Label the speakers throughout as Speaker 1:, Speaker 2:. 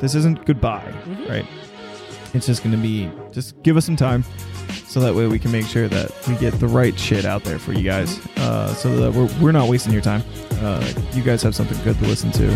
Speaker 1: This isn't goodbye,
Speaker 2: Mhm.
Speaker 1: right? It's just going to be just give us some time so that way we can make sure that we get the right shit out there for you guys uh, so that we're, we're not wasting your time. Uh, you guys have something good to listen to.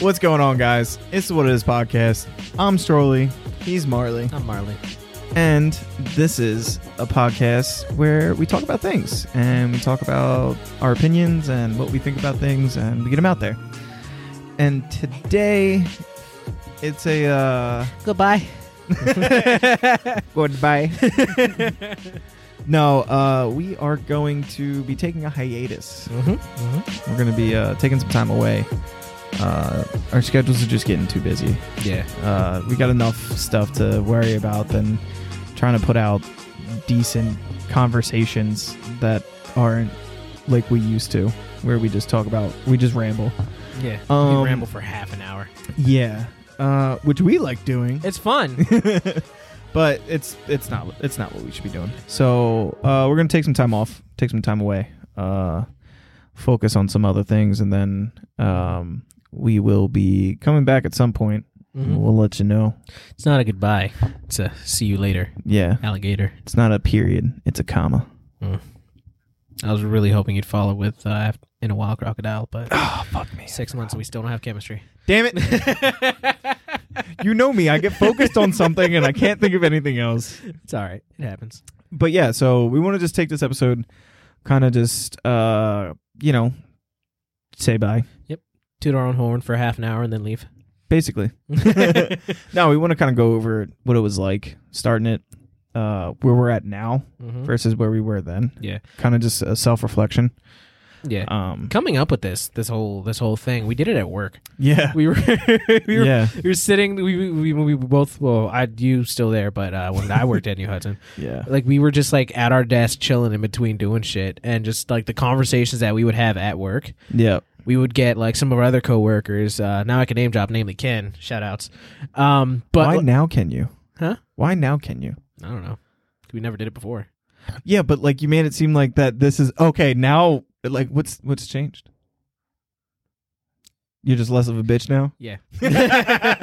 Speaker 1: What's going on, guys? It's the What It Is podcast. I'm Strolly. He's Marley.
Speaker 2: I'm Marley.
Speaker 1: And this is a podcast where we talk about things and we talk about our opinions and what we think about things and we get them out there. And today, it's a. Uh,
Speaker 2: Goodbye.
Speaker 1: Goodbye. no, uh, we are going to be taking a hiatus.
Speaker 2: Mm-hmm. Mm-hmm.
Speaker 1: We're going to be uh, taking some time away. Uh, our schedules are just getting too busy.
Speaker 2: Yeah.
Speaker 1: Uh, we got enough stuff to worry about than trying to put out decent conversations that aren't like we used to, where we just talk about, we just ramble.
Speaker 2: Yeah.
Speaker 1: Um,
Speaker 2: we ramble for half an hour.
Speaker 1: Yeah, uh, which we like doing.
Speaker 2: It's fun.
Speaker 1: but it's it's not it's not what we should be doing. So uh, we're gonna take some time off, take some time away, uh, focus on some other things, and then um, we will be coming back at some point. We'll let you know.
Speaker 2: Mm-hmm. It's not a goodbye. It's a see you later,
Speaker 1: Yeah,
Speaker 2: alligator.
Speaker 1: it's not a period; it's a comma.
Speaker 2: I was really hoping you'd follow with uh, Af- in a wild crocodile, but
Speaker 1: Oh fuck me!
Speaker 2: six months and we still don't have chemistry.
Speaker 1: Damn it! you know me; I get focused on something and I can't think of anything else.
Speaker 2: It's all right. It happens.
Speaker 1: but yeah, so we want to just take this episode, kind of just uh, you know, say bye,
Speaker 2: Toot our own horn for half an hour and then leave.
Speaker 1: basically.
Speaker 2: Mm-hmm.
Speaker 1: No, we want to kind of go over what it was like starting it, uh, where we're at now
Speaker 2: Mhm.
Speaker 1: versus where we were then.
Speaker 2: Yeah.
Speaker 1: Kind of just a self reflection.
Speaker 2: Yeah.
Speaker 1: Um,
Speaker 2: Coming up with this this whole this whole thing, we did it at work.
Speaker 1: yeah.
Speaker 2: We were we were
Speaker 1: yeah.
Speaker 2: we were sitting. We we, we we both. Well, I you still there, but uh, when I worked at New Hudson,
Speaker 1: Yeah.
Speaker 2: like we were just like at our desk chilling in between doing shit, and just like the conversations that we would have at work.
Speaker 1: Yeah.
Speaker 2: We would get like some of our other coworkers. Uh, now I can name drop, namely Ken. Shout outs. Um, but
Speaker 1: Why now can you?
Speaker 2: Huh?
Speaker 1: Why now can you?
Speaker 2: I don't know. We never did it before.
Speaker 1: Yeah, but like you made it seem like that this is okay now. Like what's what's changed? You're just less of a bitch now.
Speaker 2: Yeah.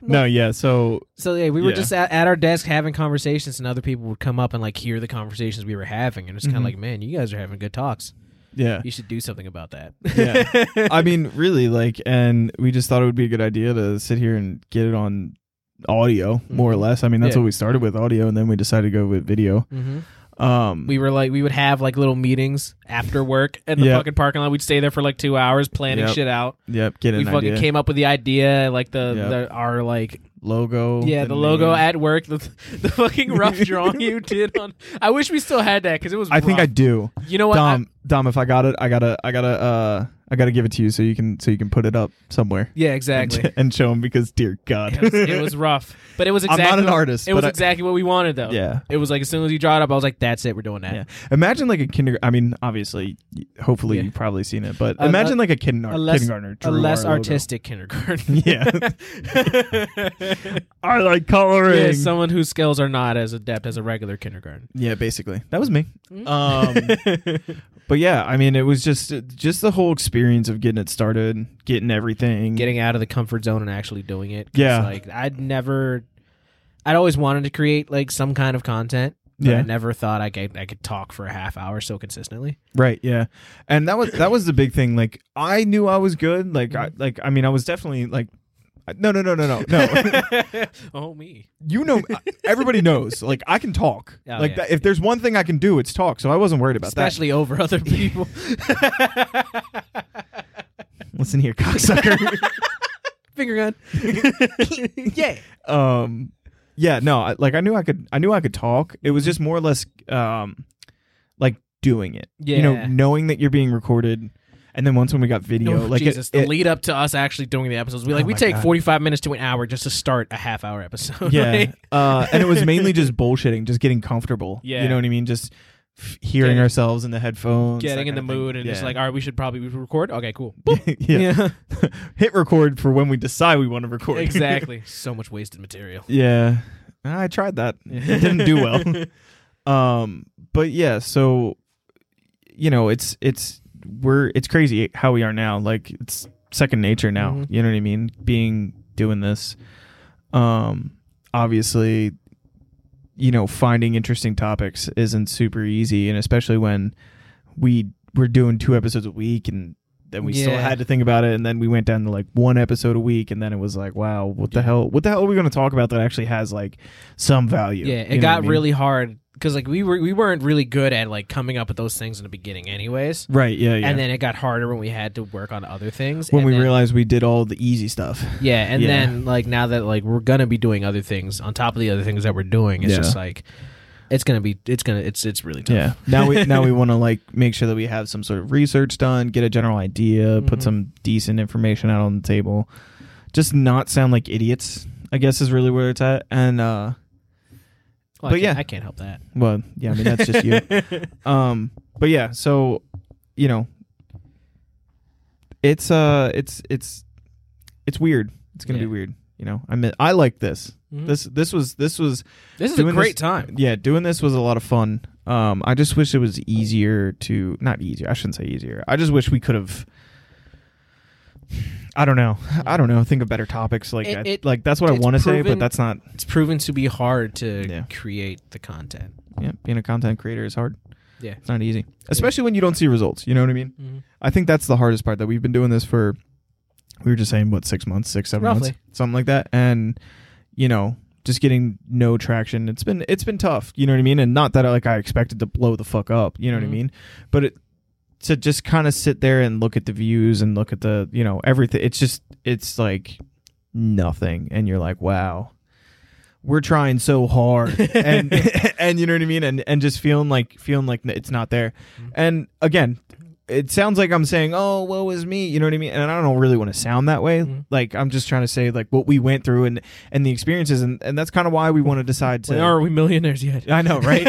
Speaker 1: No, yeah. So
Speaker 2: So yeah, we were
Speaker 1: Yeah.
Speaker 2: just at, at our desk having conversations, and other people would come up and like hear the conversations we were having, and it's kind of
Speaker 1: Mhm.
Speaker 2: like, man, you guys are having good talks.
Speaker 1: yeah,
Speaker 2: You should do something about that.
Speaker 1: yeah. I mean, really, like, and we just thought it would be a good idea to sit here and get it on audio, more or
Speaker 2: Mhm.
Speaker 1: less. I mean, that's
Speaker 2: Yeah.
Speaker 1: what we started with audio, and then we decided to go with video.
Speaker 2: hmm
Speaker 1: Um,
Speaker 2: We were like, we would have like little meetings after work at the
Speaker 1: Yep.
Speaker 2: fucking parking lot. We'd stay there for like two hours planning
Speaker 1: Yep.
Speaker 2: shit out.
Speaker 1: yep, get
Speaker 2: we
Speaker 1: an
Speaker 2: fucking
Speaker 1: idea.
Speaker 2: came up with the idea, like the,
Speaker 1: Yep.
Speaker 2: the our like
Speaker 1: logo.
Speaker 2: yeah, the, logo
Speaker 1: name.
Speaker 2: at work, the, the fucking rough drawing you did on. I wish we still had that because it was.
Speaker 1: I think I
Speaker 2: rough.
Speaker 1: do,
Speaker 2: You know what? I-
Speaker 1: Dom. Dom, if I got it, I gotta, I gotta, uh, I gotta give it to you so you can, so you can put it up somewhere
Speaker 2: yeah,
Speaker 1: and-
Speaker 2: exactly.
Speaker 1: and, show him because, dear God,
Speaker 2: it, was, it was rough, but it was
Speaker 1: I'm
Speaker 2: exactly.
Speaker 1: not an artist.
Speaker 2: It was
Speaker 1: but I-
Speaker 2: exactly what we wanted though.
Speaker 1: yeah.
Speaker 2: It was like as soon as you draw it up, I was like, "That's it, we're doing that."
Speaker 1: Yeah. Imagine like a kindergarten. I mean, obviously, y- hopefully
Speaker 2: Yeah.
Speaker 1: you've probably seen it, but
Speaker 2: A-
Speaker 1: imagine
Speaker 2: a-
Speaker 1: like a kindergarten.
Speaker 2: a less-
Speaker 1: kindergartner
Speaker 2: A
Speaker 1: drew
Speaker 2: less
Speaker 1: our logo.
Speaker 2: artistic kindergarten.
Speaker 1: Yeah, I like coloring.
Speaker 2: yeah, someone whose skills are not as adept as a regular kindergarten.
Speaker 1: Yeah, basically, that was me.
Speaker 2: Mm.
Speaker 1: Um, but yeah, I mean, it was just just the whole experience of getting it started, getting everything.
Speaker 2: Getting out of the comfort zone and actually doing it. 'Cause,
Speaker 1: Yeah.
Speaker 2: like I'd never, I'd always wanted to create like some kind of content. But
Speaker 1: Yeah.
Speaker 2: I never thought I could I could talk for a half hour so consistently.
Speaker 1: right, yeah, and that was that was the big thing. Like, I knew I was good. Like, I
Speaker 2: Mm-hmm.
Speaker 1: like, I mean, I was definitely like, no, no, no, no, no, no.
Speaker 2: oh me.
Speaker 1: you know, everybody knows. Like, I can talk.
Speaker 2: Oh,
Speaker 1: like,
Speaker 2: yeah.
Speaker 1: that, if there's one thing I can do, it's talk. So I wasn't worried about that.
Speaker 2: Especially over other people.
Speaker 1: Listen here, cocksucker.
Speaker 2: Finger gun. yeah.
Speaker 1: um yeah no I, like i knew i could i knew i could talk it was just more or less um like doing it you know
Speaker 2: Yeah.
Speaker 1: knowing that you're being recorded and then once when we got video
Speaker 2: Oh,
Speaker 1: like it-
Speaker 2: Jesus, the
Speaker 1: it-
Speaker 2: lead up to us actually doing the episodes, we like
Speaker 1: Oh
Speaker 2: we
Speaker 1: my
Speaker 2: take
Speaker 1: God.
Speaker 2: forty five minutes to an hour just to start a half hour episode.
Speaker 1: yeah
Speaker 2: like-
Speaker 1: uh and it was mainly just bullshitting just getting comfortable
Speaker 2: Yeah.
Speaker 1: you know what i mean just f- hearing
Speaker 2: Getting-
Speaker 1: ourselves in the headphones,
Speaker 2: getting
Speaker 1: that
Speaker 2: in the
Speaker 1: kind of thing.
Speaker 2: mood and just
Speaker 1: Yeah.
Speaker 2: like, all right, we should probably we should record. Okay, cool. Boop.
Speaker 1: yeah. hit record for when we decide we want to record.
Speaker 2: exactly. So much wasted material.
Speaker 1: yeah, I tried that. It didn't do well. Um, but yeah, so you know, it's it's we're it's crazy how we are now. Like it's second nature now.
Speaker 2: Mhm.
Speaker 1: You know what I mean? Being doing this, um, obviously, you know, finding interesting topics isn't super easy, and especially when we were doing two episodes a week and. Then we still
Speaker 2: Yeah.
Speaker 1: had to think about it, and then we went down to like one episode a week, and then it was like, wow, what the hell? What the hell are we going to talk about that actually has like some value?
Speaker 2: Yeah,
Speaker 1: You
Speaker 2: it
Speaker 1: know what I
Speaker 2: got
Speaker 1: mean?
Speaker 2: really hard because like we were we weren't really good at like coming up with those things in the beginning, anyways.
Speaker 1: right. Yeah, yeah.
Speaker 2: And then it got harder when we had to work on other things.
Speaker 1: when
Speaker 2: and
Speaker 1: we
Speaker 2: then-
Speaker 1: realized we did all the easy stuff.
Speaker 2: yeah, and
Speaker 1: Yeah.
Speaker 2: then like now that like we're gonna be doing other things on top of the other things that we're doing, it's
Speaker 1: Yeah.
Speaker 2: just like it's gonna be it's gonna it's it's really tough.
Speaker 1: Yeah. Now we now we want to like make sure that we have some sort of research done, get a general idea, put
Speaker 2: Mhm.
Speaker 1: some decent information out on the table. Just not sound like idiots, I guess is really where it's at. And uh But
Speaker 2: Well, I can't-
Speaker 1: yeah.
Speaker 2: I can't help that.
Speaker 1: well, yeah, I mean that's just you. Um but yeah, so you know it's uh it's it's it's weird. It's going to
Speaker 2: Yeah.
Speaker 1: be weird, you know. I mean I like this.
Speaker 2: Mhm.
Speaker 1: This this was this was
Speaker 2: This is a
Speaker 1: doing
Speaker 2: great
Speaker 1: this-
Speaker 2: time.
Speaker 1: yeah, doing this was a lot of fun. Um, I just wish it was easier to not easier. I shouldn't say easier. I just wish we could have. I don't know. I don't know. Think of better topics. Like
Speaker 2: It-
Speaker 1: I,
Speaker 2: it-
Speaker 1: like that's what I
Speaker 2: it's
Speaker 1: want to say, but
Speaker 2: proven-
Speaker 1: that's not.
Speaker 2: It's proven to be hard to
Speaker 1: Yeah.
Speaker 2: create the content.
Speaker 1: Yeah, being a content creator is hard.
Speaker 2: Yeah. Mm-hmm.
Speaker 1: it's not easy, especially when you don't see results. You know what I mean? I think that's the hardest part. That we've been doing this for. We were just saying what six months, six seven
Speaker 2: Roughly.
Speaker 1: months, something like that, and you know. Just getting no traction. It's been it's been tough. You know what I mean. And not that like I expected to blow the fuck up. You know what
Speaker 2: Mhm.
Speaker 1: I mean. But it, to just kind of sit there and look at the views and look at the you know everything it's just it's like nothing and you're like wow we're trying so hard and and you know what i mean and and just feeling like feeling like it's not there
Speaker 2: Mm-hmm.
Speaker 1: and again it sounds like i'm saying oh woe is me you know what i mean and i don't really want to sound that way
Speaker 2: Mhm.
Speaker 1: like i'm just trying to say like what we went through and and the experiences and, and that's kind of why we want to decide to
Speaker 2: When are we millionaires yet?
Speaker 1: i know right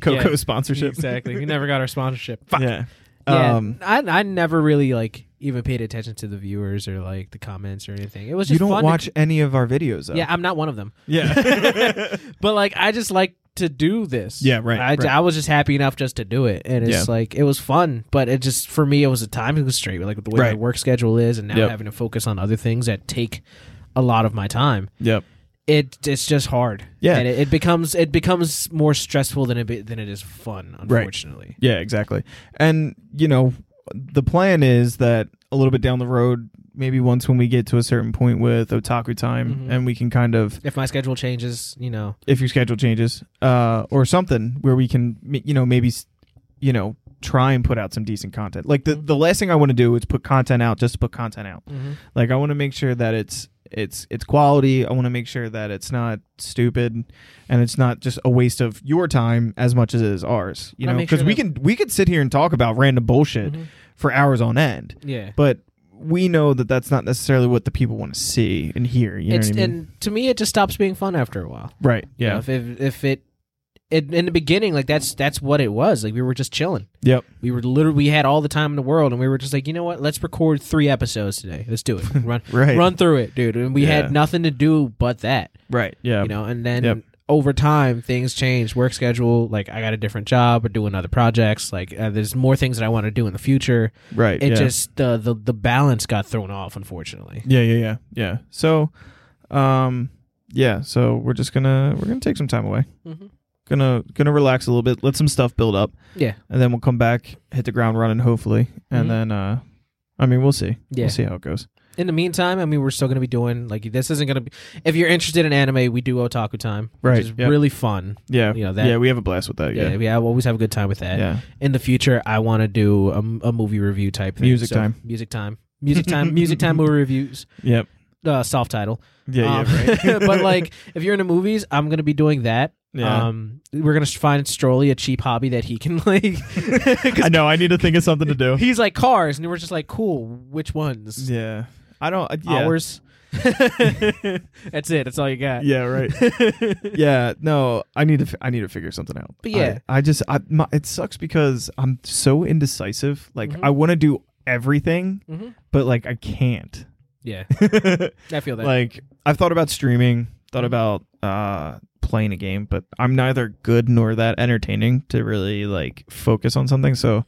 Speaker 1: coco
Speaker 2: Yeah,
Speaker 1: sponsorship
Speaker 2: Exactly. We never got our sponsorship. Fuck.
Speaker 1: yeah
Speaker 2: Yeah,
Speaker 1: um
Speaker 2: I I never really like even paid attention to the viewers or like the comments or anything. It was
Speaker 1: you
Speaker 2: just
Speaker 1: don't
Speaker 2: fun to-
Speaker 1: watch any of our videos though.
Speaker 2: yeah, I'm not one of them,
Speaker 1: Yeah.
Speaker 2: but like I just like to do this.
Speaker 1: Yeah, right,
Speaker 2: I,
Speaker 1: right.
Speaker 2: I was just happy enough just to do it, and it's
Speaker 1: Yeah. like,
Speaker 2: like it was fun. But it just for me, it was a time constraint, like with the way my
Speaker 1: Right.
Speaker 2: work schedule is, and now
Speaker 1: Yep.
Speaker 2: having to focus on other things that take a lot of my time.
Speaker 1: yep.
Speaker 2: It it's just hard.
Speaker 1: Yeah.
Speaker 2: and it, it becomes it becomes more stressful than it be, than it is fun. Unfortunately.
Speaker 1: Yeah, exactly. And you know, the plan is that a little bit down the road, maybe once when we get to a certain point with otaku time
Speaker 2: Mhm.
Speaker 1: and we can kind of
Speaker 2: If my schedule changes, you know,
Speaker 1: if your schedule changes uh or something where we can m- you know maybe s- you know try and put out some decent content. Like the the last thing I want to do is put content out just to put content out. Like I want to make sure that it's it's it's quality. I want to make sure that it's not stupid and it's not just a waste of your time as much as it is ours. You
Speaker 2: Wanna
Speaker 1: know,
Speaker 2: make sure
Speaker 1: because we
Speaker 2: that-
Speaker 1: can we could sit here and talk about random bullshit
Speaker 2: Mhm.
Speaker 1: for hours on end,
Speaker 2: yeah.
Speaker 1: but we know that that's not necessarily what the people want to see and hear. You know
Speaker 2: it's
Speaker 1: what I mean?
Speaker 2: and to me, it just stops being fun after a while.
Speaker 1: right?
Speaker 2: You know,
Speaker 1: Yeah.
Speaker 2: if, if if it, it in the beginning, like that's that's what it was. Like we were just chilling.
Speaker 1: Yep.
Speaker 2: We were literally we had all the time in the world, and we were just like, you know what? Let's record three episodes today. Let's do it. Run
Speaker 1: Right.
Speaker 2: run through it, dude. And we
Speaker 1: Yeah.
Speaker 2: had nothing to do but that.
Speaker 1: Right. Yeah.
Speaker 2: You know, and then.
Speaker 1: Yep.
Speaker 2: Over time, things change. Work schedule, like I got a different job or doing other projects. Like uh, there's more things that I want to do in the future.
Speaker 1: Right.
Speaker 2: It
Speaker 1: yeah.
Speaker 2: just the, the the balance got thrown off, unfortunately.
Speaker 1: Yeah. Yeah. Yeah. Yeah. So, um, yeah. So we're just gonna we're gonna take some time away.
Speaker 2: Mm-hmm.
Speaker 1: Gonna gonna relax a little bit. Let some stuff build up.
Speaker 2: Yeah,
Speaker 1: and then we'll come back, hit the ground running, hopefully, and
Speaker 2: Mhm.
Speaker 1: then uh, I mean, we'll see.
Speaker 2: Yeah.
Speaker 1: We'll see how it goes.
Speaker 2: in the meantime, I mean, we're still going to be doing like this isn't going to be. If you're interested in anime, we do otaku time,
Speaker 1: Right,
Speaker 2: Which is
Speaker 1: yep.
Speaker 2: really fun.
Speaker 1: Yeah,
Speaker 2: You know, that-
Speaker 1: yeah, we have a blast with that.
Speaker 2: Yeah,
Speaker 1: Yeah,
Speaker 2: we I always have a good time with
Speaker 1: yeah,
Speaker 2: that. In the future, I want to do a, a movie review type thing.
Speaker 1: Music time.
Speaker 2: music time, music time, music time movie reviews.
Speaker 1: yep,
Speaker 2: Uh, soft title.
Speaker 1: yeah,
Speaker 2: Um,
Speaker 1: yeah, right.
Speaker 2: but like, if you're into movies, I'm going to be doing that.
Speaker 1: Yeah.
Speaker 2: Um, we're going to find Strolly a cheap hobby that he can like. 'cause
Speaker 1: I know. I need to think of something to do.
Speaker 2: he's like cars, and we're just like, cool. Which ones?
Speaker 1: yeah, I don't. Uh, yeah,
Speaker 2: Hours. That's it. That's all you got.
Speaker 1: yeah, right. yeah, no, I need to fi- I need to figure something out.
Speaker 2: But yeah.
Speaker 1: I, I just I my, it sucks because I'm so indecisive. Like
Speaker 2: Mhm.
Speaker 1: I want to do everything,
Speaker 2: hmm
Speaker 1: but like I can't.
Speaker 2: Yeah, I feel that.
Speaker 1: like I've thought about streaming,
Speaker 2: Mm-hmm.
Speaker 1: thought about uh playing a game, but I'm neither good nor that entertaining to really like focus on something. So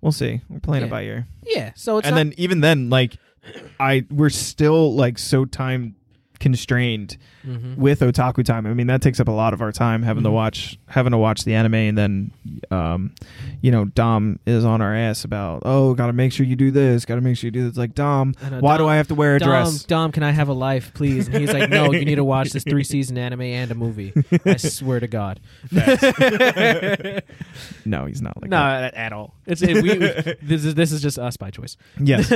Speaker 1: we'll see. We're playing
Speaker 2: Yeah.
Speaker 1: it by ear.
Speaker 2: yeah. So it's
Speaker 1: and
Speaker 2: not,
Speaker 1: then even then like I we're still like so time constrained
Speaker 2: Mhm.
Speaker 1: with otaku time. I mean, that takes up a lot of our time having to
Speaker 2: Mhm.
Speaker 1: watch having to watch the anime and then um you know, Dom is on our ass about, "Oh, got to make sure you do this, got to make sure you do this." Like, "Dom,
Speaker 2: I know,
Speaker 1: why
Speaker 2: Dom-
Speaker 1: do I have to wear a
Speaker 2: Dom,
Speaker 1: dress?"
Speaker 2: Dom, can I have a life, please? And he's like, No, you need to watch this three season anime and a movie. I swear to God.
Speaker 1: No, he's not like
Speaker 2: no,
Speaker 1: that.
Speaker 2: at at all. It's it, we, this is this is just us by choice.
Speaker 1: Yes.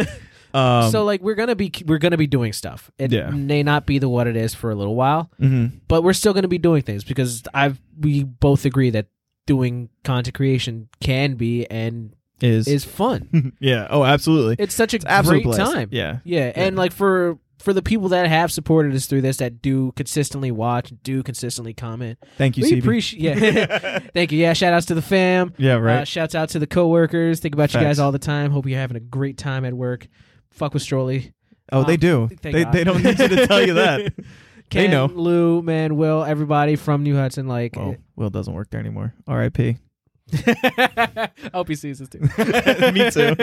Speaker 1: um,
Speaker 2: so like we're gonna be we're gonna be doing stuff. It
Speaker 1: Yeah.
Speaker 2: may not be the what it is for a little while,
Speaker 1: mhm.
Speaker 2: but we're still gonna be doing things because I've we both agree that doing content creation can be and
Speaker 1: is,
Speaker 2: is fun.
Speaker 1: yeah. Oh, absolutely.
Speaker 2: It's such a
Speaker 1: It's absolute
Speaker 2: great
Speaker 1: blast.
Speaker 2: time.
Speaker 1: Yeah.
Speaker 2: Yeah, and
Speaker 1: Yeah.
Speaker 2: like for for the people that have supported us through this, that do consistently watch, do consistently comment,
Speaker 1: Thank you,
Speaker 2: we
Speaker 1: CB.
Speaker 2: appreciate. Yeah, thank you. Yeah, shout outs to the fam.
Speaker 1: yeah, right.
Speaker 2: Uh, shouts out to the coworkers. Think about you guys
Speaker 1: Facts.
Speaker 2: all the time. Hope you're having a great time at work. Fuck with Strolley.
Speaker 1: oh, they
Speaker 2: um,
Speaker 1: do.
Speaker 2: thank
Speaker 1: They,
Speaker 2: God.
Speaker 1: they don't need you to tell you that. They
Speaker 2: Ken,
Speaker 1: know.
Speaker 2: Lou, man, Will, everybody from New Hudson. Like,
Speaker 1: Well, Will doesn't work there anymore. R.I.P.
Speaker 2: I hope he sees this too.
Speaker 1: Me too.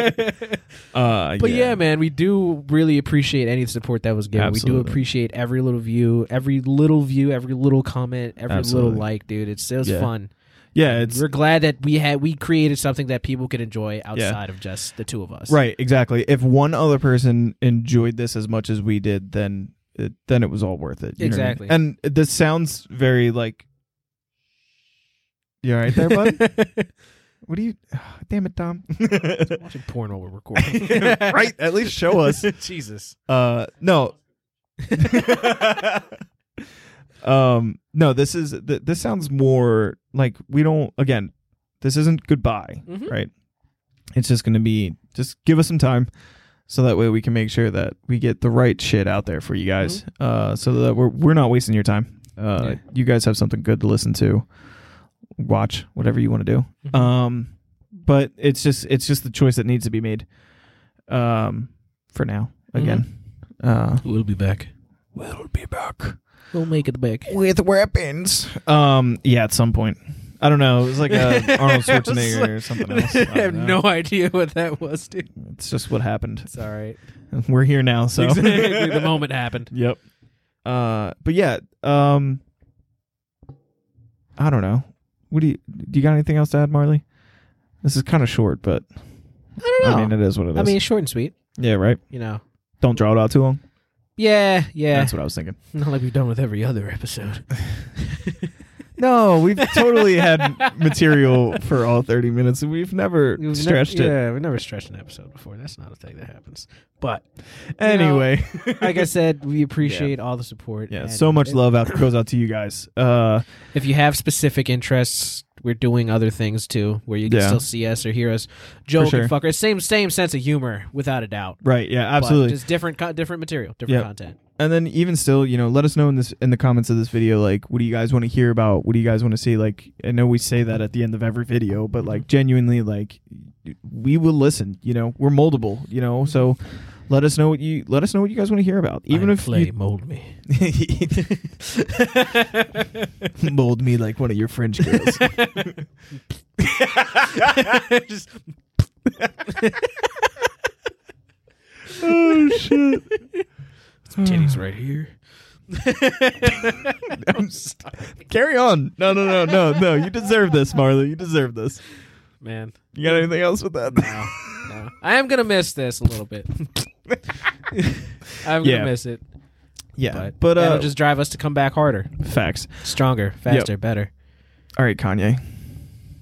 Speaker 1: Uh,
Speaker 2: But yeah. man, we do really appreciate any support that was given. We do
Speaker 1: Absolutely.
Speaker 2: appreciate every little view, every little view, every little comment, every
Speaker 1: Absolutely.
Speaker 2: little like, dude. It's it was
Speaker 1: Yeah.
Speaker 2: fun.
Speaker 1: yeah, it's
Speaker 2: We're glad that we had we created something that people could enjoy outside of just the two of us.
Speaker 1: right. Exactly. If one other person enjoyed this as much as we did, then it, then it was all worth it. You know what I mean?
Speaker 2: Exactly.
Speaker 1: And this sounds very like. You all right there, bud? what do you? damn it, Dom.
Speaker 2: Watching porn while we're recording.
Speaker 1: right. At least show us.
Speaker 2: Jesus.
Speaker 1: Uh, no. um, no. This is th- this sounds more like we don't. Again, this isn't goodbye,
Speaker 2: Mhm.
Speaker 1: right? It's just going to be just give us some time, so that way we can make sure that we get the right shit out there for you guys, uh, so that we're we're not wasting your time. Uh,
Speaker 2: Yeah.
Speaker 1: you guys have something good to listen to, watch whatever you want to do. Um, but it's just it's just the choice that needs to be made. Um, for now, again. Uh,
Speaker 2: We'll be back.
Speaker 1: we'll be back
Speaker 2: We'll make it back.
Speaker 1: with weapons. Um, yeah, at some point. I don't know. It was like a Arnold
Speaker 2: I was
Speaker 1: Schwarzenegger
Speaker 2: like-
Speaker 1: or something
Speaker 2: I
Speaker 1: else. I don't
Speaker 2: have
Speaker 1: know.
Speaker 2: no idea what that was, dude.
Speaker 1: It's just what happened.
Speaker 2: It's all right.
Speaker 1: We're here now, so
Speaker 2: Exactly. The moment happened.
Speaker 1: Yep. Uh, but yeah. Um, I don't know. What do you do? You got anything else to add, Marley? This is kind of short, but
Speaker 2: I don't know.
Speaker 1: I mean, it is what it is.
Speaker 2: I mean, short and sweet.
Speaker 1: yeah, right.
Speaker 2: You know.
Speaker 1: Don't draw it out too long.
Speaker 2: Yeah, yeah.
Speaker 1: That's what I was thinking.
Speaker 2: Not like we've done with every other episode.
Speaker 1: No, we've totally had material for all 30 minutes and we've never
Speaker 2: We've ne-
Speaker 1: stretched it.
Speaker 2: Yeah, we've never stretched an episode before. That's not a thing that happens. But
Speaker 1: Anyway,
Speaker 2: like I said, we appreciate all the support.
Speaker 1: yeah,
Speaker 2: and
Speaker 1: so much love out goes out to you guys. Uh
Speaker 2: If you have specific interests, we're doing other things too, where you can
Speaker 1: Yeah.
Speaker 2: still see us or hear us joke
Speaker 1: sure.
Speaker 2: and fucker. Same same sense of humor, without a doubt.
Speaker 1: right, yeah,
Speaker 2: But
Speaker 1: absolutely.
Speaker 2: just different co- different material, different
Speaker 1: Yeah.
Speaker 2: content.
Speaker 1: and then even still, you know, let us know in this in the comments of this video like what do you guys want to hear about? What do you guys want to see? Like I know we say that at the end of every video, but
Speaker 2: Mm-hmm.
Speaker 1: like genuinely like we will listen, you know. We're moldable, you know. So let us know what you let us know what you guys want to hear about. Even
Speaker 2: I'm
Speaker 1: if
Speaker 2: clay,
Speaker 1: you
Speaker 2: mold me.
Speaker 1: mold me like one of your French girls.
Speaker 2: Just-
Speaker 1: oh shit!
Speaker 2: titties right here.
Speaker 1: I'm st- Carry on. No, no, no, no, no. You deserve this, Marley. You deserve this.
Speaker 2: Man,
Speaker 1: You got anything else with that?
Speaker 2: no, no. I am gonna miss this a little bit. I'm
Speaker 1: Yeah.
Speaker 2: gonna miss it,
Speaker 1: Yeah,
Speaker 2: but
Speaker 1: but,
Speaker 2: that'll
Speaker 1: uh,
Speaker 2: just drive us to come back harder,
Speaker 1: facts.
Speaker 2: stronger, faster, better.
Speaker 1: All right, Kanye.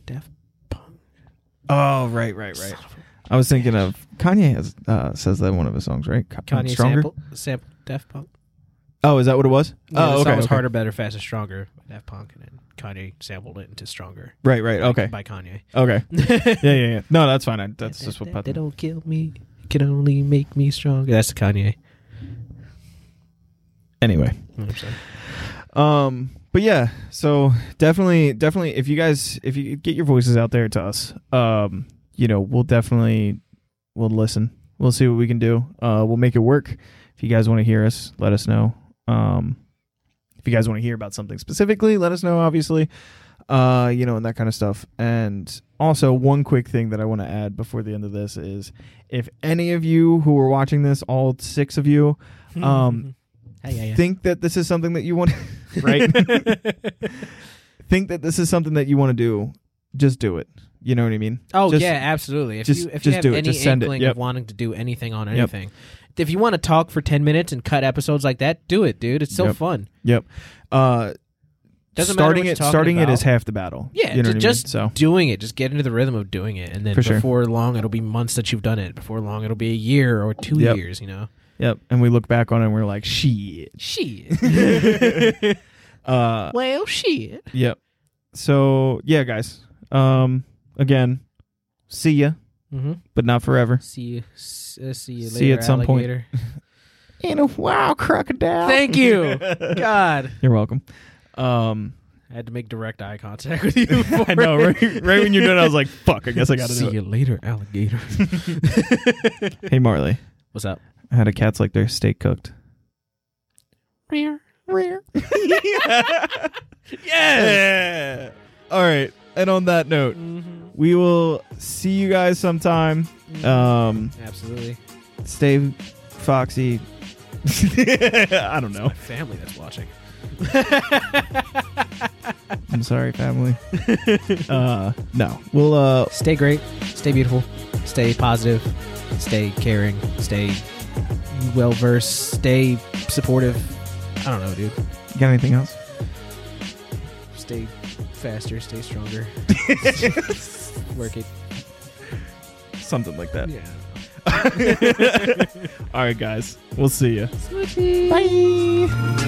Speaker 2: Def Punk.
Speaker 1: Oh, right, right, right. I was thinking of Kanye has uh, says that in one of his songs, right? Ka-
Speaker 2: Kanye
Speaker 1: stronger.
Speaker 2: sample, sample Def Punk.
Speaker 1: Oh, is that what it was?
Speaker 2: Yeah, the
Speaker 1: oh,
Speaker 2: song
Speaker 1: okay,
Speaker 2: was
Speaker 1: okay.
Speaker 2: harder, better, faster, stronger. by Daft Punk, and then Kanye sampled it into "Stronger"
Speaker 1: Right, right. Okay,
Speaker 2: by Kanye.
Speaker 1: okay. Yeah, yeah, yeah. No, that's fine. I, that's just what.
Speaker 2: they don't kill me, can only make me stronger. That's the Kanye.
Speaker 1: anyway. Um, but yeah, so definitely, definitely, if you guys, if you get your voices out there to us, um, you know, we'll definitely, we'll listen. We'll see what we can do. Uh, we'll make it work. If you guys want to hear us, let us know. Um, if you guys want to hear about something specifically, let us know. Obviously, uh, you know, and that kind of stuff. And also, one quick thing that I want to add before the end of this is, if any of you who are watching this, all six of you, Um,
Speaker 2: Hey, yeah, yeah.
Speaker 1: think that this is something that you want right think that this is something that you want to do just do it you know what i mean
Speaker 2: oh
Speaker 1: Just-
Speaker 2: yeah, absolutely. If
Speaker 1: just-
Speaker 2: you if you
Speaker 1: just
Speaker 2: have
Speaker 1: do it.
Speaker 2: any
Speaker 1: Just send it.
Speaker 2: inkling
Speaker 1: Yep.
Speaker 2: of wanting to do anything on
Speaker 1: Yep.
Speaker 2: anything, if you want to talk for ten minutes and cut episodes like that, do it, dude. It's so
Speaker 1: Yep.
Speaker 2: fun.
Speaker 1: yep uh
Speaker 2: Doesn't matter
Speaker 1: starting
Speaker 2: what you're
Speaker 1: it
Speaker 2: talking
Speaker 1: starting it
Speaker 2: about.
Speaker 1: is half the battle
Speaker 2: Yeah,
Speaker 1: you know
Speaker 2: ju-
Speaker 1: what I mean?
Speaker 2: just
Speaker 1: so
Speaker 2: doing it. Just get into the rhythm of doing it, and then
Speaker 1: For sure.
Speaker 2: before long, it'll be months that you've done it. Before long, it'll be a year or two
Speaker 1: Yep.
Speaker 2: years. You know,
Speaker 1: yep and we look back on it and we're like shit
Speaker 2: shit.
Speaker 1: uh
Speaker 2: well, shit.
Speaker 1: yep so yeah guys um again see ya
Speaker 2: Mm-hmm.
Speaker 1: but not forever
Speaker 2: See you. s- uh, see you later.
Speaker 1: See you at some point.
Speaker 2: alligator.
Speaker 1: in a wow crocodile
Speaker 2: Thank you. God,
Speaker 1: you're welcome um
Speaker 2: I had to make direct eye contact with you.
Speaker 1: i know
Speaker 2: before.
Speaker 1: right, right when you're done i was like fuck i guess i gotta
Speaker 2: see
Speaker 1: do it
Speaker 2: you later, alligator.
Speaker 1: hey marley
Speaker 2: What's up?
Speaker 1: how do cats like their steak cooked
Speaker 2: Rear.
Speaker 1: Rare. yeah. All right. And on that note,
Speaker 2: Mm-hmm.
Speaker 1: we will see you guys sometime. Um,
Speaker 2: Absolutely.
Speaker 1: stay foxy. I don't know.
Speaker 2: My family that's watching.
Speaker 1: I'm sorry, family. Uh, no. We'll uh,
Speaker 2: Stay great. Stay beautiful. Stay positive. Stay caring. Stay well versed. Stay supportive. I don't know, dude.
Speaker 1: got anything else?
Speaker 2: Stay faster. Stay stronger. Work it.
Speaker 1: Something like that.
Speaker 2: Yeah.
Speaker 1: All right, guys. We'll see you.
Speaker 2: Smoochie.
Speaker 1: Bye.